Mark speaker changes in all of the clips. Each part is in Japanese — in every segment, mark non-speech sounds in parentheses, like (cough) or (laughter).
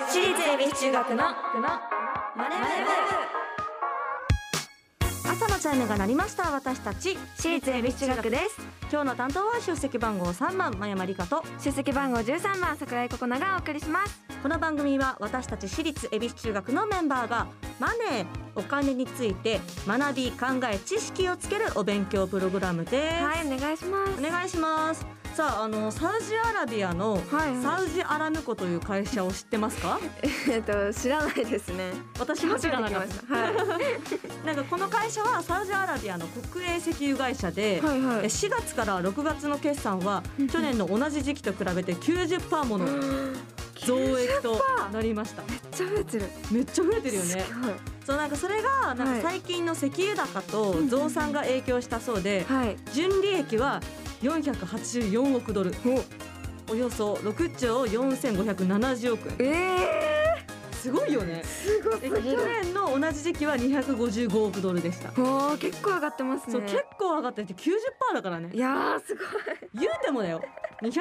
Speaker 1: 私立恵比寿中学のマネ
Speaker 2: 朝のチャイムが鳴りました私たち
Speaker 1: 私立恵比寿中学です
Speaker 2: 今日の担当は出席番号3番真山理香と
Speaker 1: 出席番号13番桜井心奈がお送りします
Speaker 2: この番組は私たち私立恵比寿中学のメンバーがマネーお金について学び考え知識をつけるお勉強プログラムです、
Speaker 1: はいお願いします
Speaker 2: お願いしますさああのサウジアラビアの
Speaker 1: はいはい
Speaker 2: サウジアラムコという会社を知ってますか
Speaker 1: (laughs) えっと知らないですね
Speaker 2: 私も知らなかっ
Speaker 1: 初めて
Speaker 2: た
Speaker 1: 来ましたは
Speaker 2: なんかこの会社はサウジアラビアの国営石油会社で、
Speaker 1: いはいは
Speaker 2: え4月から6月の決算は去年の同じ時期と比べて90%もの増益となりました
Speaker 1: ちゃ増えてる
Speaker 2: めっちゃ増えてるよ
Speaker 1: すご
Speaker 2: ね
Speaker 1: い
Speaker 2: そうなんかそれがなん
Speaker 1: は
Speaker 2: か
Speaker 1: い
Speaker 2: 最近の石油高と増産が影響したそうで
Speaker 1: はい
Speaker 2: 純利益は484億ドルおよそ6兆4570億円
Speaker 1: ええ
Speaker 2: すごいよね
Speaker 1: すご
Speaker 2: で去年の同じ時期は255億ドルでした、
Speaker 1: おー結構上がってますね
Speaker 2: そう結構上がってて90%だからね
Speaker 1: いやーすごい
Speaker 2: 言うてもだよ255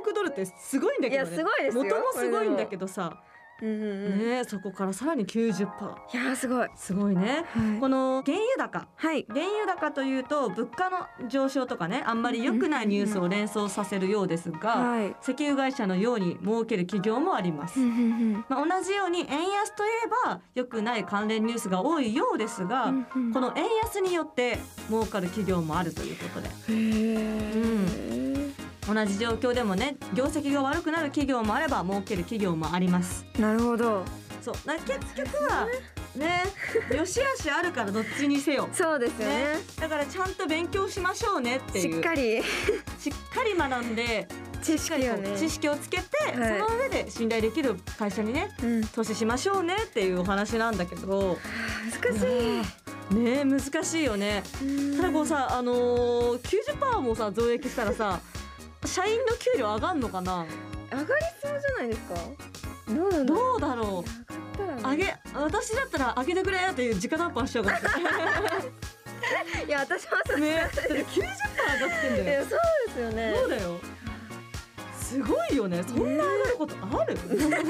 Speaker 2: 億ドルってすごいんだけどね
Speaker 1: いやすごいですよ
Speaker 2: 元もすごいんだけどさ、
Speaker 1: うんうんうん、
Speaker 2: ねえそこからさらに90%
Speaker 1: いやーすごい
Speaker 2: すごいね
Speaker 1: は
Speaker 2: この原油高
Speaker 1: い、はい、
Speaker 2: 原油高というと物価の上昇とかねあんまり良くないニュースを連想させるようですが
Speaker 1: はい
Speaker 2: 石油会社のように儲ける企業もあります
Speaker 1: うんうんうん
Speaker 2: まあ、同じように円安といえば良くない関連ニュースが多いようですが、
Speaker 1: うんうん
Speaker 2: この円安によって儲かる企業もあるということで
Speaker 1: へー
Speaker 2: 同じ状況でもね業績が悪くなる企業もあれば儲ける企業もあります
Speaker 1: なるほど
Speaker 2: そうな結局はね良し悪しあるからどっちにせよ
Speaker 1: そうですよね
Speaker 2: だからちゃんと勉強しましょうねって
Speaker 1: し
Speaker 2: い
Speaker 1: っ
Speaker 2: う
Speaker 1: かり
Speaker 2: しっかり学んで
Speaker 1: 知
Speaker 2: しっか
Speaker 1: 識
Speaker 2: りこ
Speaker 1: よ
Speaker 2: う
Speaker 1: ね
Speaker 2: 知識をつけて、
Speaker 1: はい
Speaker 2: その上で信頼できる会社にね
Speaker 1: うん、
Speaker 2: 投資しましょうねっていうお話なんだけど。
Speaker 1: 難しい
Speaker 2: ねえ難しいよね。ただこうさあのー、90%もさ増益したらさ社員の給料上がんのかな
Speaker 1: 上がりそうじゃないですかどうなんだろ
Speaker 2: ど
Speaker 1: う
Speaker 2: うだろ
Speaker 1: 上がっ
Speaker 2: う上
Speaker 1: たらね
Speaker 2: げ私だったら上げてくれっていう直談判しよう
Speaker 1: (laughs)
Speaker 2: か
Speaker 1: いや私もそう
Speaker 2: なねだって90%上がってん
Speaker 1: い
Speaker 2: だよ
Speaker 1: やそうですよね
Speaker 2: そうだよすごいよねそんな上がることある半端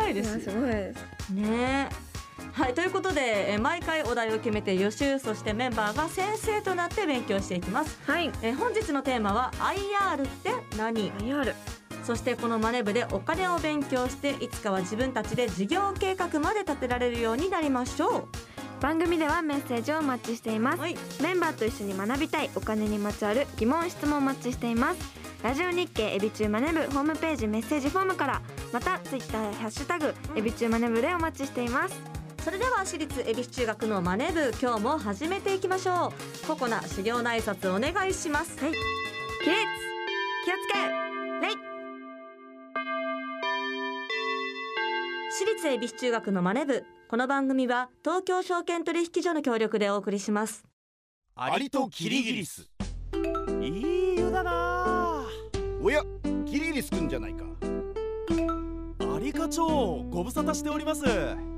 Speaker 2: ない
Speaker 1: い
Speaker 2: で
Speaker 1: や
Speaker 2: すよ
Speaker 1: すごいです
Speaker 2: ねはいということでえー毎回お題を決めて予習そしてメンバーが先生となって勉強していきます
Speaker 1: はい
Speaker 2: えー本日のテーマは IR って何
Speaker 1: IR
Speaker 2: そしてこのマネ部でお金を勉強していつかは自分たちで事業計画まで立てられるようになりましょ
Speaker 1: 番組ではメッセージをお待ちしていま
Speaker 2: う
Speaker 1: す
Speaker 2: はい
Speaker 1: メンバーと一緒に学びたいお金にまつわる疑問質問をお待ちしていますラジオ日経エビチューマネブホームページメッセージフォームからまたツイッターハッシュタグ
Speaker 2: うん
Speaker 1: エビチューマネブでお待ちしています
Speaker 2: それでは私立恵比寿中学のマネ部今日も始めていきましょうココナ修行の挨拶お願いしますはい
Speaker 1: 起立気をつけレイ
Speaker 2: 私立恵比寿中学のマネ部この番組は東京証券取引所の協力でお送りします
Speaker 3: アリとキリギリスいい湯だな
Speaker 4: おやキリギリスくんじゃないか
Speaker 3: アリ課長ご無沙汰しております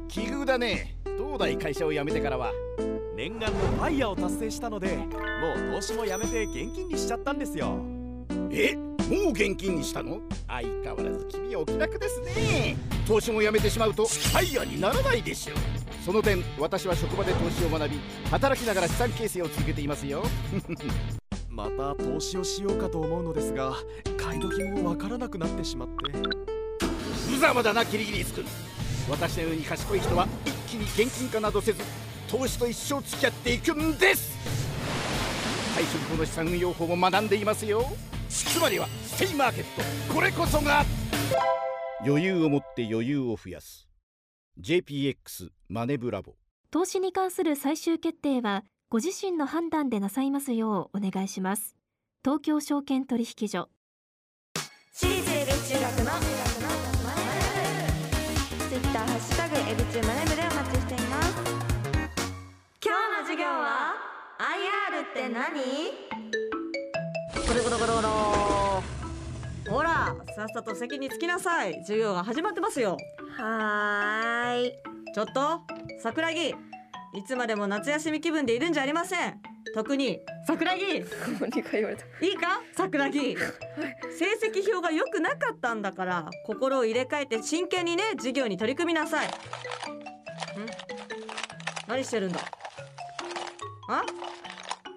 Speaker 4: 奇遇だね東大会社を辞めてからは
Speaker 3: 念願のファイヤーを達成したのでもう投資もやめて現金にしちゃったんですよ
Speaker 4: えもう現金にしたの相変わらず君はお気楽ですね投資も辞めてしまうとファイヤーにならないでしょうその点私は職場で投資を学び働きながら資産形成を続けていますよ
Speaker 3: また投資をしようかと思うのですが買い時もわからなくなってしまって
Speaker 4: 無様だなキリギリスくん私のように賢い人は一気に現金化などせず投資と一生付き合っていくんです最初にこの資産運用法も学んでいますよつまりはステイマーケットこれこそが余裕を持って余裕を増やす JPX マネブラボ
Speaker 5: 投資に関する最終決定はご自身の判断でなさいますようお願いします東京証券取引所
Speaker 1: 私立エビ中学のツイッターハッシュタグエビ中マネブでお待ちしています
Speaker 2: 今日の授業は IR って何これこれこれこれほらさっさと席に着きなさい授業が始まってますよ
Speaker 1: はーい
Speaker 2: ちょっと桜木いつまでも夏休み気分でいるんじゃありません特に桜木
Speaker 1: 何か言われた
Speaker 2: いいか桜木成績表が良くなかったんだから心を入れ替えて真剣にね授業に取り組みなさいん何してるんだあ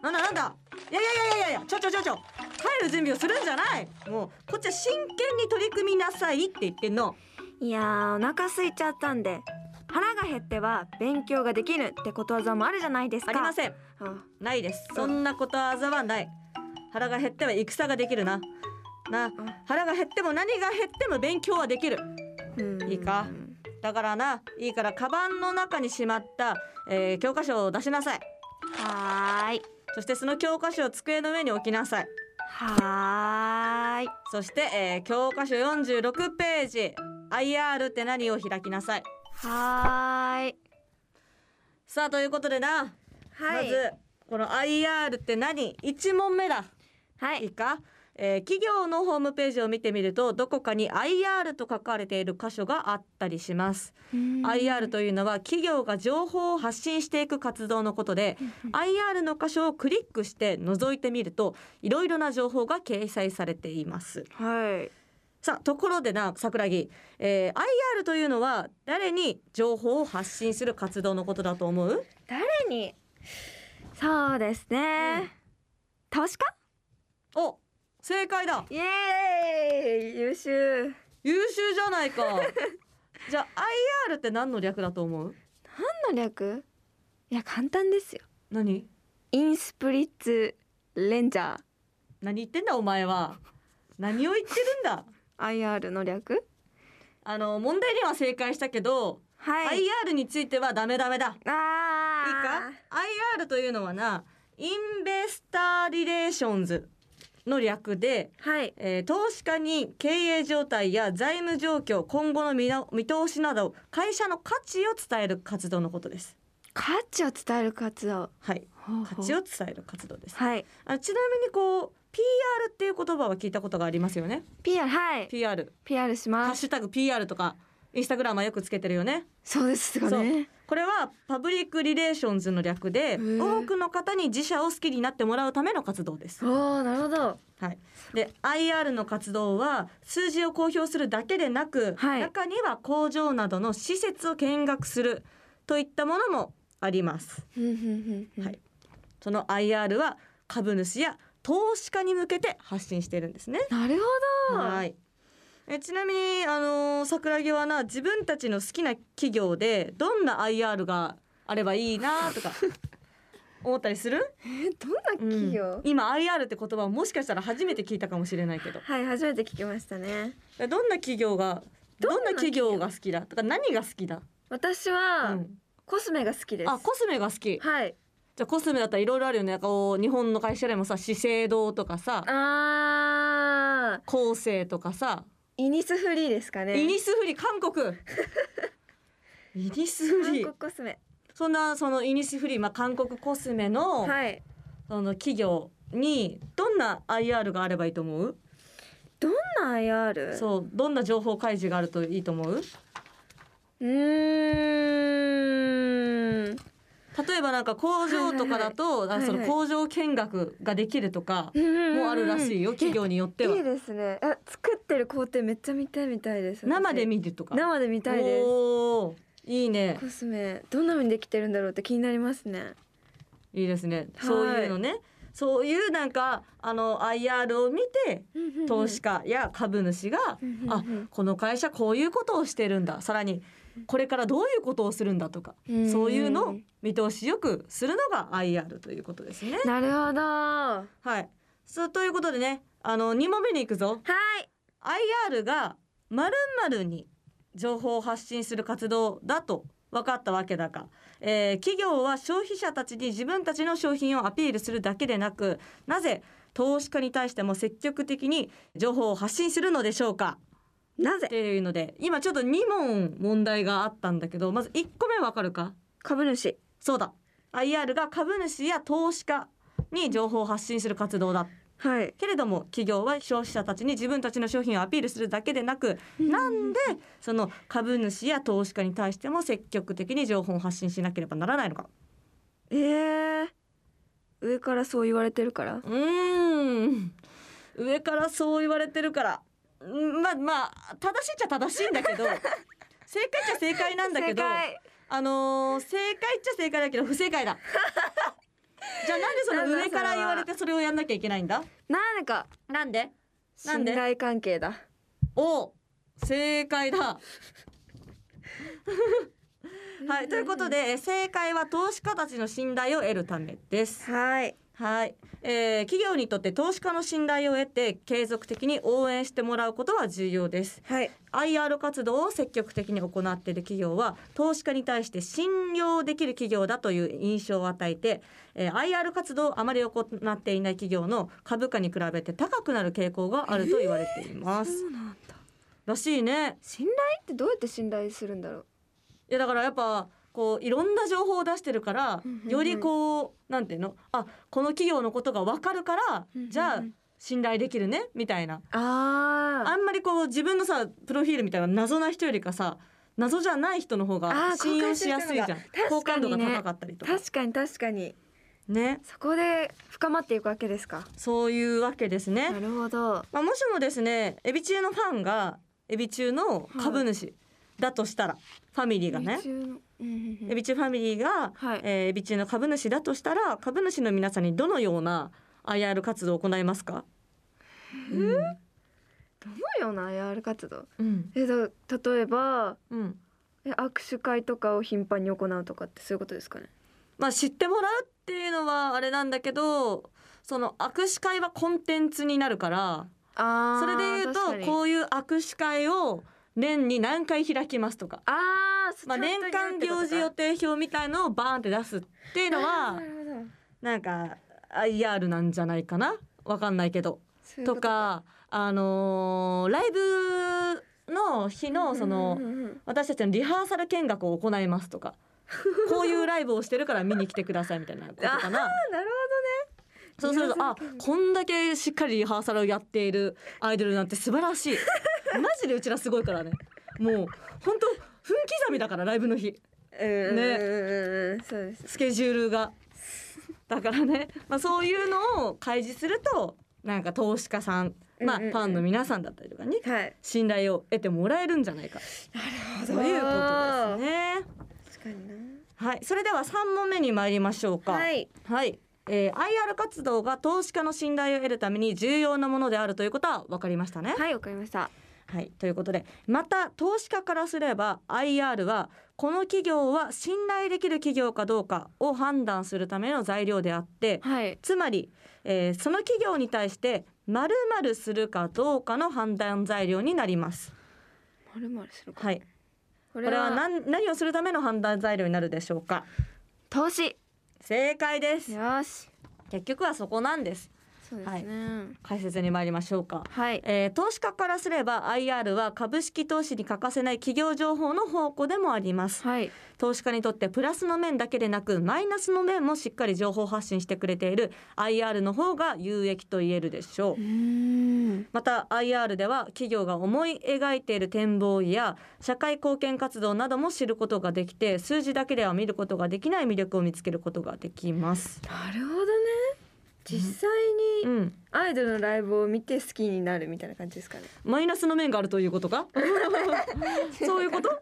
Speaker 2: なんだなんだいやいやいやいやいやちょちょちょちょ帰る準備をするんじゃないもうこっちは真剣に取り組みなさいって言ってんの
Speaker 1: いやーお腹空いちゃったんで腹が減っては勉強ができぬってことわざもあるじゃないですか
Speaker 2: ありません
Speaker 1: あ
Speaker 2: ないです
Speaker 1: ん
Speaker 2: そんなことわざはない腹が減っては戦ができるなな腹が減っても何が減っても勉強はできる
Speaker 1: うん
Speaker 2: いいかだからないいからカバンの中にしまった、えー教科書を出しなさい
Speaker 1: はーい
Speaker 2: そしてその教科書を机の上に置きなさい
Speaker 1: はーい
Speaker 2: そして、えー教科書46ページ IR って何を開きなさい
Speaker 1: はーい
Speaker 2: さあということでな、
Speaker 1: は
Speaker 2: ま
Speaker 1: い
Speaker 2: ずこの IR って何1問目だ
Speaker 1: はい
Speaker 2: いいか、えー企業のホームページを見てみるとどこかに IR と書かれている箇所があったりします、IR というのは企業が情報を発信していく活動のことで IR の箇所をクリックして覗いてみるといろいろな情報が掲載されています
Speaker 1: はい
Speaker 2: さあところでな桜木、えー IR というのは誰に情報を発信する活動のことだと思う
Speaker 1: 誰にそうですね、投資家
Speaker 2: お正解だ
Speaker 1: イエーイ優秀
Speaker 2: 優秀じゃないかじゃあ IR って何の略だと思う
Speaker 1: 何の略いや簡単ですよ
Speaker 2: 何
Speaker 1: インスプリッツレンジャー
Speaker 2: 何言ってんだお前は何を言ってるんだ
Speaker 1: IR の略
Speaker 2: あの問題には正解したけど、
Speaker 1: はい、
Speaker 2: IR についてはダメダメだいい
Speaker 1: あ
Speaker 2: か IR というのはなインベスターリレーションズの略で、
Speaker 1: いかはい
Speaker 2: えー投資家に経営状態や財務状況今後の見な見通しなど会社の価値を伝える活動のことです
Speaker 1: 価値を伝える活動
Speaker 2: はい価
Speaker 1: 価
Speaker 2: 値を伝える活動です
Speaker 1: はい
Speaker 2: あちなみにこう PR っていう言葉は聞いたことがありますよね
Speaker 1: PR はい
Speaker 2: PR
Speaker 1: PR し
Speaker 2: ハ
Speaker 1: ま
Speaker 2: ッ
Speaker 1: す
Speaker 2: シュタグ PR とかインスタグラムはよくつけてるよね
Speaker 1: そうですがね
Speaker 2: これはパブリックリレーションズの略で
Speaker 1: ー
Speaker 2: 多くの方に自社を好きになってもらうための活動です、
Speaker 1: おおなるほど
Speaker 2: はい、で IR の活動は数字を公表するだけでなく、
Speaker 1: はい
Speaker 2: 中には工場などの施設を見学するといったものもあります
Speaker 1: ふんふんふんふん
Speaker 2: はいその IR は株主や投資家に向けて発信しているんですね
Speaker 1: なるほど
Speaker 2: はい。えちなみにあのー桜木はな自分たちの好きな企業でどんな IR があればいいな
Speaker 1: (laughs)
Speaker 2: とか思ったりする？
Speaker 1: えどんな企業、
Speaker 2: うん今 IR って言葉をもしかしたら初めて聞いたかもしれないけど
Speaker 1: はい初めて聞きましたね
Speaker 2: えどんな企業がど
Speaker 1: ど
Speaker 2: ん
Speaker 1: ん
Speaker 2: な
Speaker 1: な
Speaker 2: 企
Speaker 1: 企
Speaker 2: 業が好きだとか何が好きだ？
Speaker 1: 私
Speaker 2: う
Speaker 1: は、
Speaker 2: ん、
Speaker 1: コスメが好きです
Speaker 2: あコスメが好き。
Speaker 1: はい
Speaker 2: じゃあコスメだったらいろいろあるよね。こう日本の会社でもさ資生堂とかさ
Speaker 1: あー
Speaker 2: 厚生とかさ
Speaker 1: イニスフリーですかね
Speaker 2: イニスフリ韓
Speaker 1: (laughs)
Speaker 2: 国イニスフリ
Speaker 1: 韓国コスメ
Speaker 2: そんなそのイニシフリー、まあ、韓国コスメの,、
Speaker 1: はい
Speaker 2: その企業にどんな IR があればいいと思う
Speaker 1: どんな IR う
Speaker 2: そうどんな情報開示があるといいと思う
Speaker 1: ーん
Speaker 2: 例えばなんか工場とかだと、
Speaker 1: はいはい
Speaker 2: あその
Speaker 1: はいはい
Speaker 2: 工場見学ができるとかも
Speaker 1: も
Speaker 2: あるらしいよ、企業によってはい
Speaker 1: いですねえ作ってる工程めっちゃ見たいみたいです私
Speaker 2: 生で見るとか
Speaker 1: 生で見たいで
Speaker 2: おーいいね
Speaker 1: すコスメどんな風にできてるんだろうって気になりますね
Speaker 2: いいですね、
Speaker 1: はい
Speaker 2: そういうのねそういうなんかあの IR を見て投資家や株主が、あこの会社こういうことをしてるんださらにこれからどういうことをするんだとか、
Speaker 1: うん
Speaker 2: そういうのを見通しよくするのが IR ということですね。
Speaker 1: なるほどは
Speaker 2: はい、そうということでねあの2問目に行くぞ。
Speaker 1: い
Speaker 2: IR がまるに情報を発信する活動だと分かったわけだが、えー企業は消費者たちに自分たちの商品をアピールするだけでなくなぜ投資家に対しても積極的に情報を発信するのでしょうか
Speaker 1: な
Speaker 2: っ
Speaker 1: ぜ
Speaker 2: ていうので今ちょっと2問問題があったんだけどまず1個目分かるか
Speaker 1: 株主
Speaker 2: そうだ IR が株主や投資家に情報を発信する活動だ
Speaker 1: はい
Speaker 2: けれども企業は消費者たちに自分たちの商品をアピールするだけでなくなんでその株主や投資家に対しても積極的に情報を発信しなければならないのか
Speaker 1: えー、上からそう言われてるから
Speaker 2: うーん上からそう言われてるからうんまあまあ正しいっちゃ正しいんだけど (laughs) 正解っちゃ正解なんだけど
Speaker 1: 正解
Speaker 2: あのー正解っちゃ正解だけど不正 (laughs) 解だじゃあなんでそ
Speaker 1: なんだ
Speaker 2: の
Speaker 1: それは
Speaker 2: 上から言われてそれをやんなきゃいけないんだ
Speaker 1: なんか
Speaker 2: なんでなん
Speaker 1: 信
Speaker 2: で
Speaker 1: 頼関係だ
Speaker 2: お正解 (laughs) だはいということでえ正解は投資家たちの信頼を得るためです
Speaker 1: はい
Speaker 2: はい、えー企業にとって投資家の信頼を得て継続的に応援してもらうことは重要です
Speaker 1: はい
Speaker 2: IR 活動を積極的に行っている企業は投資家に対して信用できる企業だという印象を与えて、えー IR 活動をあまり行っていない企業の株価に比べて高くなる傾向があると言われています、
Speaker 1: そうなんだ
Speaker 2: らしいね
Speaker 1: 信頼ってどうやって信頼するんだろう
Speaker 2: いやだからやっぱこういろんな情報を出してるから
Speaker 1: うんうんうん
Speaker 2: よりこうなんていうのあこの企業のことが分かるから
Speaker 1: うんうんうん
Speaker 2: じゃあ信頼できるねみたいな
Speaker 1: あ
Speaker 2: あんまりこう自分のさプロフィールみたいな謎な人よりかさ謎じゃない人の方
Speaker 1: あ
Speaker 2: が
Speaker 1: ー
Speaker 2: 信用しやすいじゃん好
Speaker 1: 好
Speaker 2: 感
Speaker 1: 感
Speaker 2: 度
Speaker 1: 度
Speaker 2: が
Speaker 1: が高いからね
Speaker 2: 高かったりとか
Speaker 1: 確かに確かに
Speaker 2: ね
Speaker 1: そこで深まっていくわけですか
Speaker 2: そういうわけですね
Speaker 1: な。るほど
Speaker 2: まあ、もしもですねエビ中のファンがエビ中の株主だとしたら、ファミリーがねエビ
Speaker 1: ね
Speaker 2: チューファミリーが、
Speaker 1: はい
Speaker 2: えーエビチューの株主だとしたら株主の皆さんにどのような IR 活動を行いますか、うん
Speaker 1: どのような IR 活動
Speaker 2: うん
Speaker 1: えだ例えば
Speaker 2: うん
Speaker 1: え握手会とかを頻繁に行うとかってそういうことですかね
Speaker 2: まあ、知ってもらうっていうのはあれなんだけどその握手会はコンテンツになるから
Speaker 1: あ
Speaker 2: それで言うとこういう握手会を年に何回開きますとか、
Speaker 1: あー
Speaker 2: まあ、年間行事予定表みたいのをバーンって出すっていうのは
Speaker 1: (laughs) なるほど
Speaker 2: なんか IR なんじゃないかなわかんないけど。
Speaker 1: そういうこと
Speaker 2: かあのーライブの日のその
Speaker 1: うんうんうんうん
Speaker 2: 私たちのリハーサル見学を行いますと
Speaker 1: (laughs)
Speaker 2: かこういうライブをしてるから見に来てくださいみたいなことかな
Speaker 1: (laughs) あなる
Speaker 2: そうすると
Speaker 1: リハ
Speaker 2: あ
Speaker 1: ーサル見学
Speaker 2: こんだけしっかりリハーサルをやっているアイドルなんて素晴らしい
Speaker 1: (laughs)
Speaker 2: マジでうちらすごいからねもう本当分刻みだからライブの日
Speaker 1: ほどねうんうんうんうんそうです
Speaker 2: スケジュールがだからね、まあ、そういうのを開示するとなんか投資家さん、まあ、
Speaker 1: うん
Speaker 2: フ
Speaker 1: うんうん
Speaker 2: ァンの皆さんだったりとかに
Speaker 1: はい
Speaker 2: 信頼を得てもらえるんじゃないかと
Speaker 1: なるほど
Speaker 2: いうことですね。
Speaker 1: 確かにな
Speaker 2: はい、それでは三問目に参りましょうか。
Speaker 1: は、い
Speaker 2: はい、えー IR 活動が投資家の信頼を得るために重要なものであるということは分かりましたね。
Speaker 1: はいわかりました
Speaker 2: はい、ということで、また投資家からすれば IR はこの企業は信頼できる企業かどうかを判断するための材料であって、
Speaker 1: はい
Speaker 2: つまり、えーその企業に対してまるまるするかどうかの判断材料になります。
Speaker 1: まるまるするか
Speaker 2: はい、
Speaker 1: こ
Speaker 2: これは何何をするための判断材料になるでしょうか
Speaker 1: 投資
Speaker 2: 正解です
Speaker 1: よし
Speaker 2: 結局はそこなんです
Speaker 1: そうですね
Speaker 2: 解説に参りましょうか、
Speaker 1: はい
Speaker 2: えー投資家からすれば IR は株式投資に欠かせない企業情報の宝庫でもあります
Speaker 1: はい
Speaker 2: 投資家にとってプラスの面だけでなくマイナスの面もしっかり情報発信してくれている IR の方が有益と言えるでしょう
Speaker 1: うーん
Speaker 2: また IR では企業が思い描いている展望や社会貢献活動なども知ることができて数字だけでは見ることができない魅力を見つけることができます。
Speaker 1: なるほどね実際
Speaker 2: う
Speaker 1: に
Speaker 2: ん、
Speaker 1: アイドルのライブを見て好きになるみたいな感じですかね
Speaker 2: マイナスの面があるということ
Speaker 1: (laughs)
Speaker 2: かそういうこと (laughs)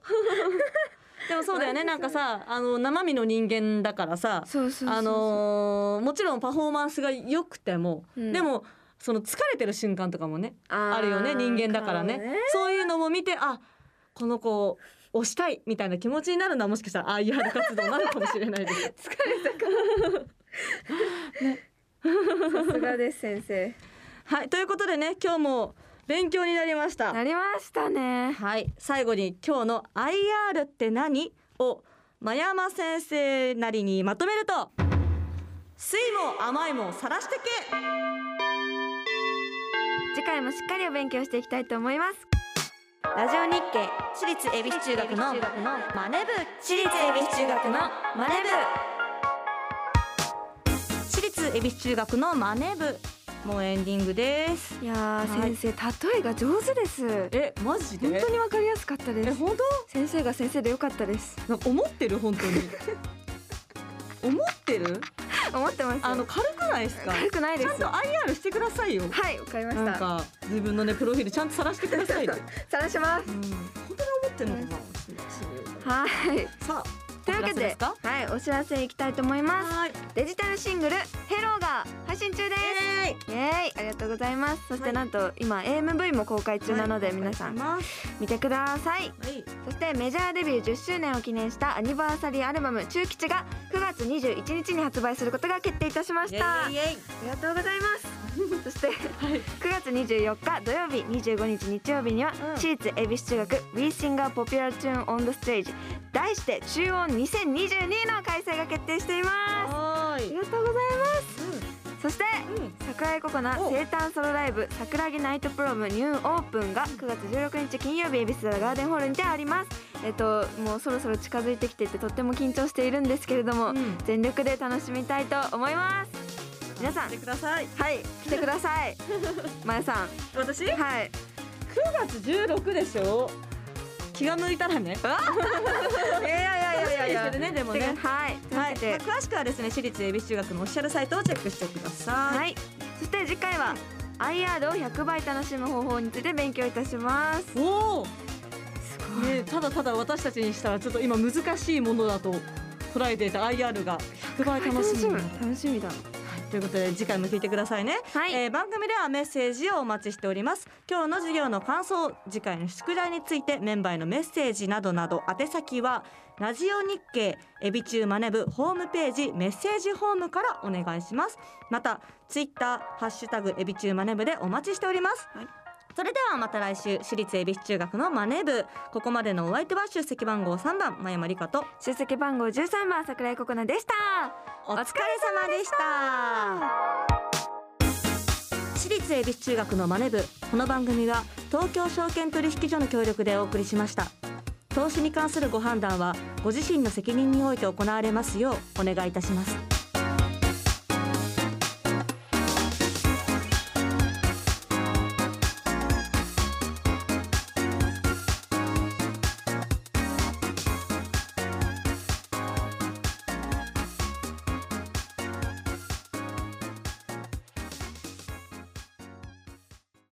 Speaker 2: でもそうだよねなんかさあの生身の人間だからさ
Speaker 1: そうそう
Speaker 2: あのーもちろんパフォーマンスが良くても、
Speaker 1: うん
Speaker 2: でもその疲れてる瞬間とかもね
Speaker 1: あ
Speaker 2: あるよね人間だからねそういうのも見てあこの子を押したいみたいな気持ちになるのはもしかしたら IR 活動なのかもしれないです
Speaker 1: (laughs) 疲れたからさすがです先生
Speaker 2: はいということでね今日も勉強になりました
Speaker 1: なりましたね
Speaker 2: はい最後に今日の IR って何を真山先生なりにまとめると酸いも甘いもさらしてけ
Speaker 1: 次回もしっかりお勉強していきたいと思いますラジオ日経
Speaker 2: 私立恵比寿中学のマネ部
Speaker 1: 私立恵比寿中学のマネ
Speaker 2: 私立恵比寿中学のマネ部もうエンディングです
Speaker 1: 部いやー、
Speaker 2: はい
Speaker 1: 先生例えが上手です
Speaker 2: えマジ
Speaker 1: 本当にわかりやすかったです
Speaker 2: 本当
Speaker 1: 先生が先生でよかったです
Speaker 2: (laughs) なんか思ってる本当に思ってる
Speaker 1: (laughs) 思ってますよ
Speaker 2: あの軽くないですか
Speaker 1: 悪くないで
Speaker 2: ち
Speaker 1: す
Speaker 2: ゃんと IR してくださいよ
Speaker 1: はいわかりまし
Speaker 2: なん
Speaker 1: た
Speaker 2: か自分のねプロフィールちゃんと晒してくださ
Speaker 1: (laughs)
Speaker 2: いよ
Speaker 1: 晒します
Speaker 2: うん本当に思ってるのかな
Speaker 1: はい
Speaker 2: さあ
Speaker 1: というわ
Speaker 2: お知ら
Speaker 1: け
Speaker 2: せで
Speaker 1: です
Speaker 2: か
Speaker 1: はいお知らせいきたいと思います
Speaker 2: はい
Speaker 1: デジタルシングル「ヘローが配信中ですイエーイありがとうございますそしてなんと今 AMV も公開中なので皆さん
Speaker 2: は
Speaker 1: 見てください
Speaker 2: い
Speaker 1: そしてメジャーデビュー10周年を記念したアニバーサリーアルバム「中吉」が9月21日に発売することが決定いたしましたあ
Speaker 2: イ
Speaker 1: り
Speaker 2: エイイエイ
Speaker 1: がとうございます (laughs) そして
Speaker 2: はい
Speaker 1: 9月24日土曜日25日日曜日には、
Speaker 2: うん
Speaker 1: 私立恵比寿中学 We Sing a Popular Tune on the Stage 題して中音2022の開催が決定しています
Speaker 2: は
Speaker 1: あ
Speaker 2: ー
Speaker 1: り
Speaker 2: い
Speaker 1: がとうございますそして
Speaker 2: うんうん
Speaker 1: 桜井ココナ
Speaker 2: お
Speaker 1: 生誕ソロライブ「桜木ナイトプロムニューオープン」が9月16日金曜日恵比寿ガーデンホールにてありますえっともうそろそろ近づいてきててとっても緊張しているんですけれども、
Speaker 2: うん
Speaker 1: 全力で楽しみたいと思います皆さん
Speaker 2: してください
Speaker 1: はい来てくださいまやさん
Speaker 2: 私
Speaker 1: はい
Speaker 2: 9月16でしょ気が向いたらね
Speaker 1: いやいやいやいやいや
Speaker 2: 楽しみにしてるねでもね
Speaker 1: はい
Speaker 2: はい、
Speaker 1: 続けて
Speaker 2: まあ詳しくはですね私立恵比寿中学のオフィシャルサイトをチェックしてください、
Speaker 1: はいそして次回は IR を100倍楽しむ方法について勉強いたします
Speaker 2: おお、
Speaker 1: す
Speaker 2: ね、ただただ私たちにしたらちょっと今難しいものだと捉えていた IR が100倍楽しみ
Speaker 1: 楽しみ楽しみだ
Speaker 2: ということで次回も聞いてくださいね、
Speaker 1: はい、
Speaker 2: えー番組ではメッセージをお待ちしております今日の授業の感想次回の宿題についてメンバーへのメッセージなどなど宛先はラジオ日経エビチューマネブホームページメッセージホームからお願いしますまたツイッターハッシュタグエビチューマネブでお待ちしております、
Speaker 1: はい
Speaker 2: それではまた来週私立恵比寿中学のマネ部ここまでのお相手は出席番号3番真山理香と
Speaker 1: 出席番号13番桜井ココナでした
Speaker 2: お疲れ様でした私立恵比寿中学のマネ部この番組は東京証券取引所の協力でお送りしました投資に関するご判断はご自身の責任において行われますようお願いいたします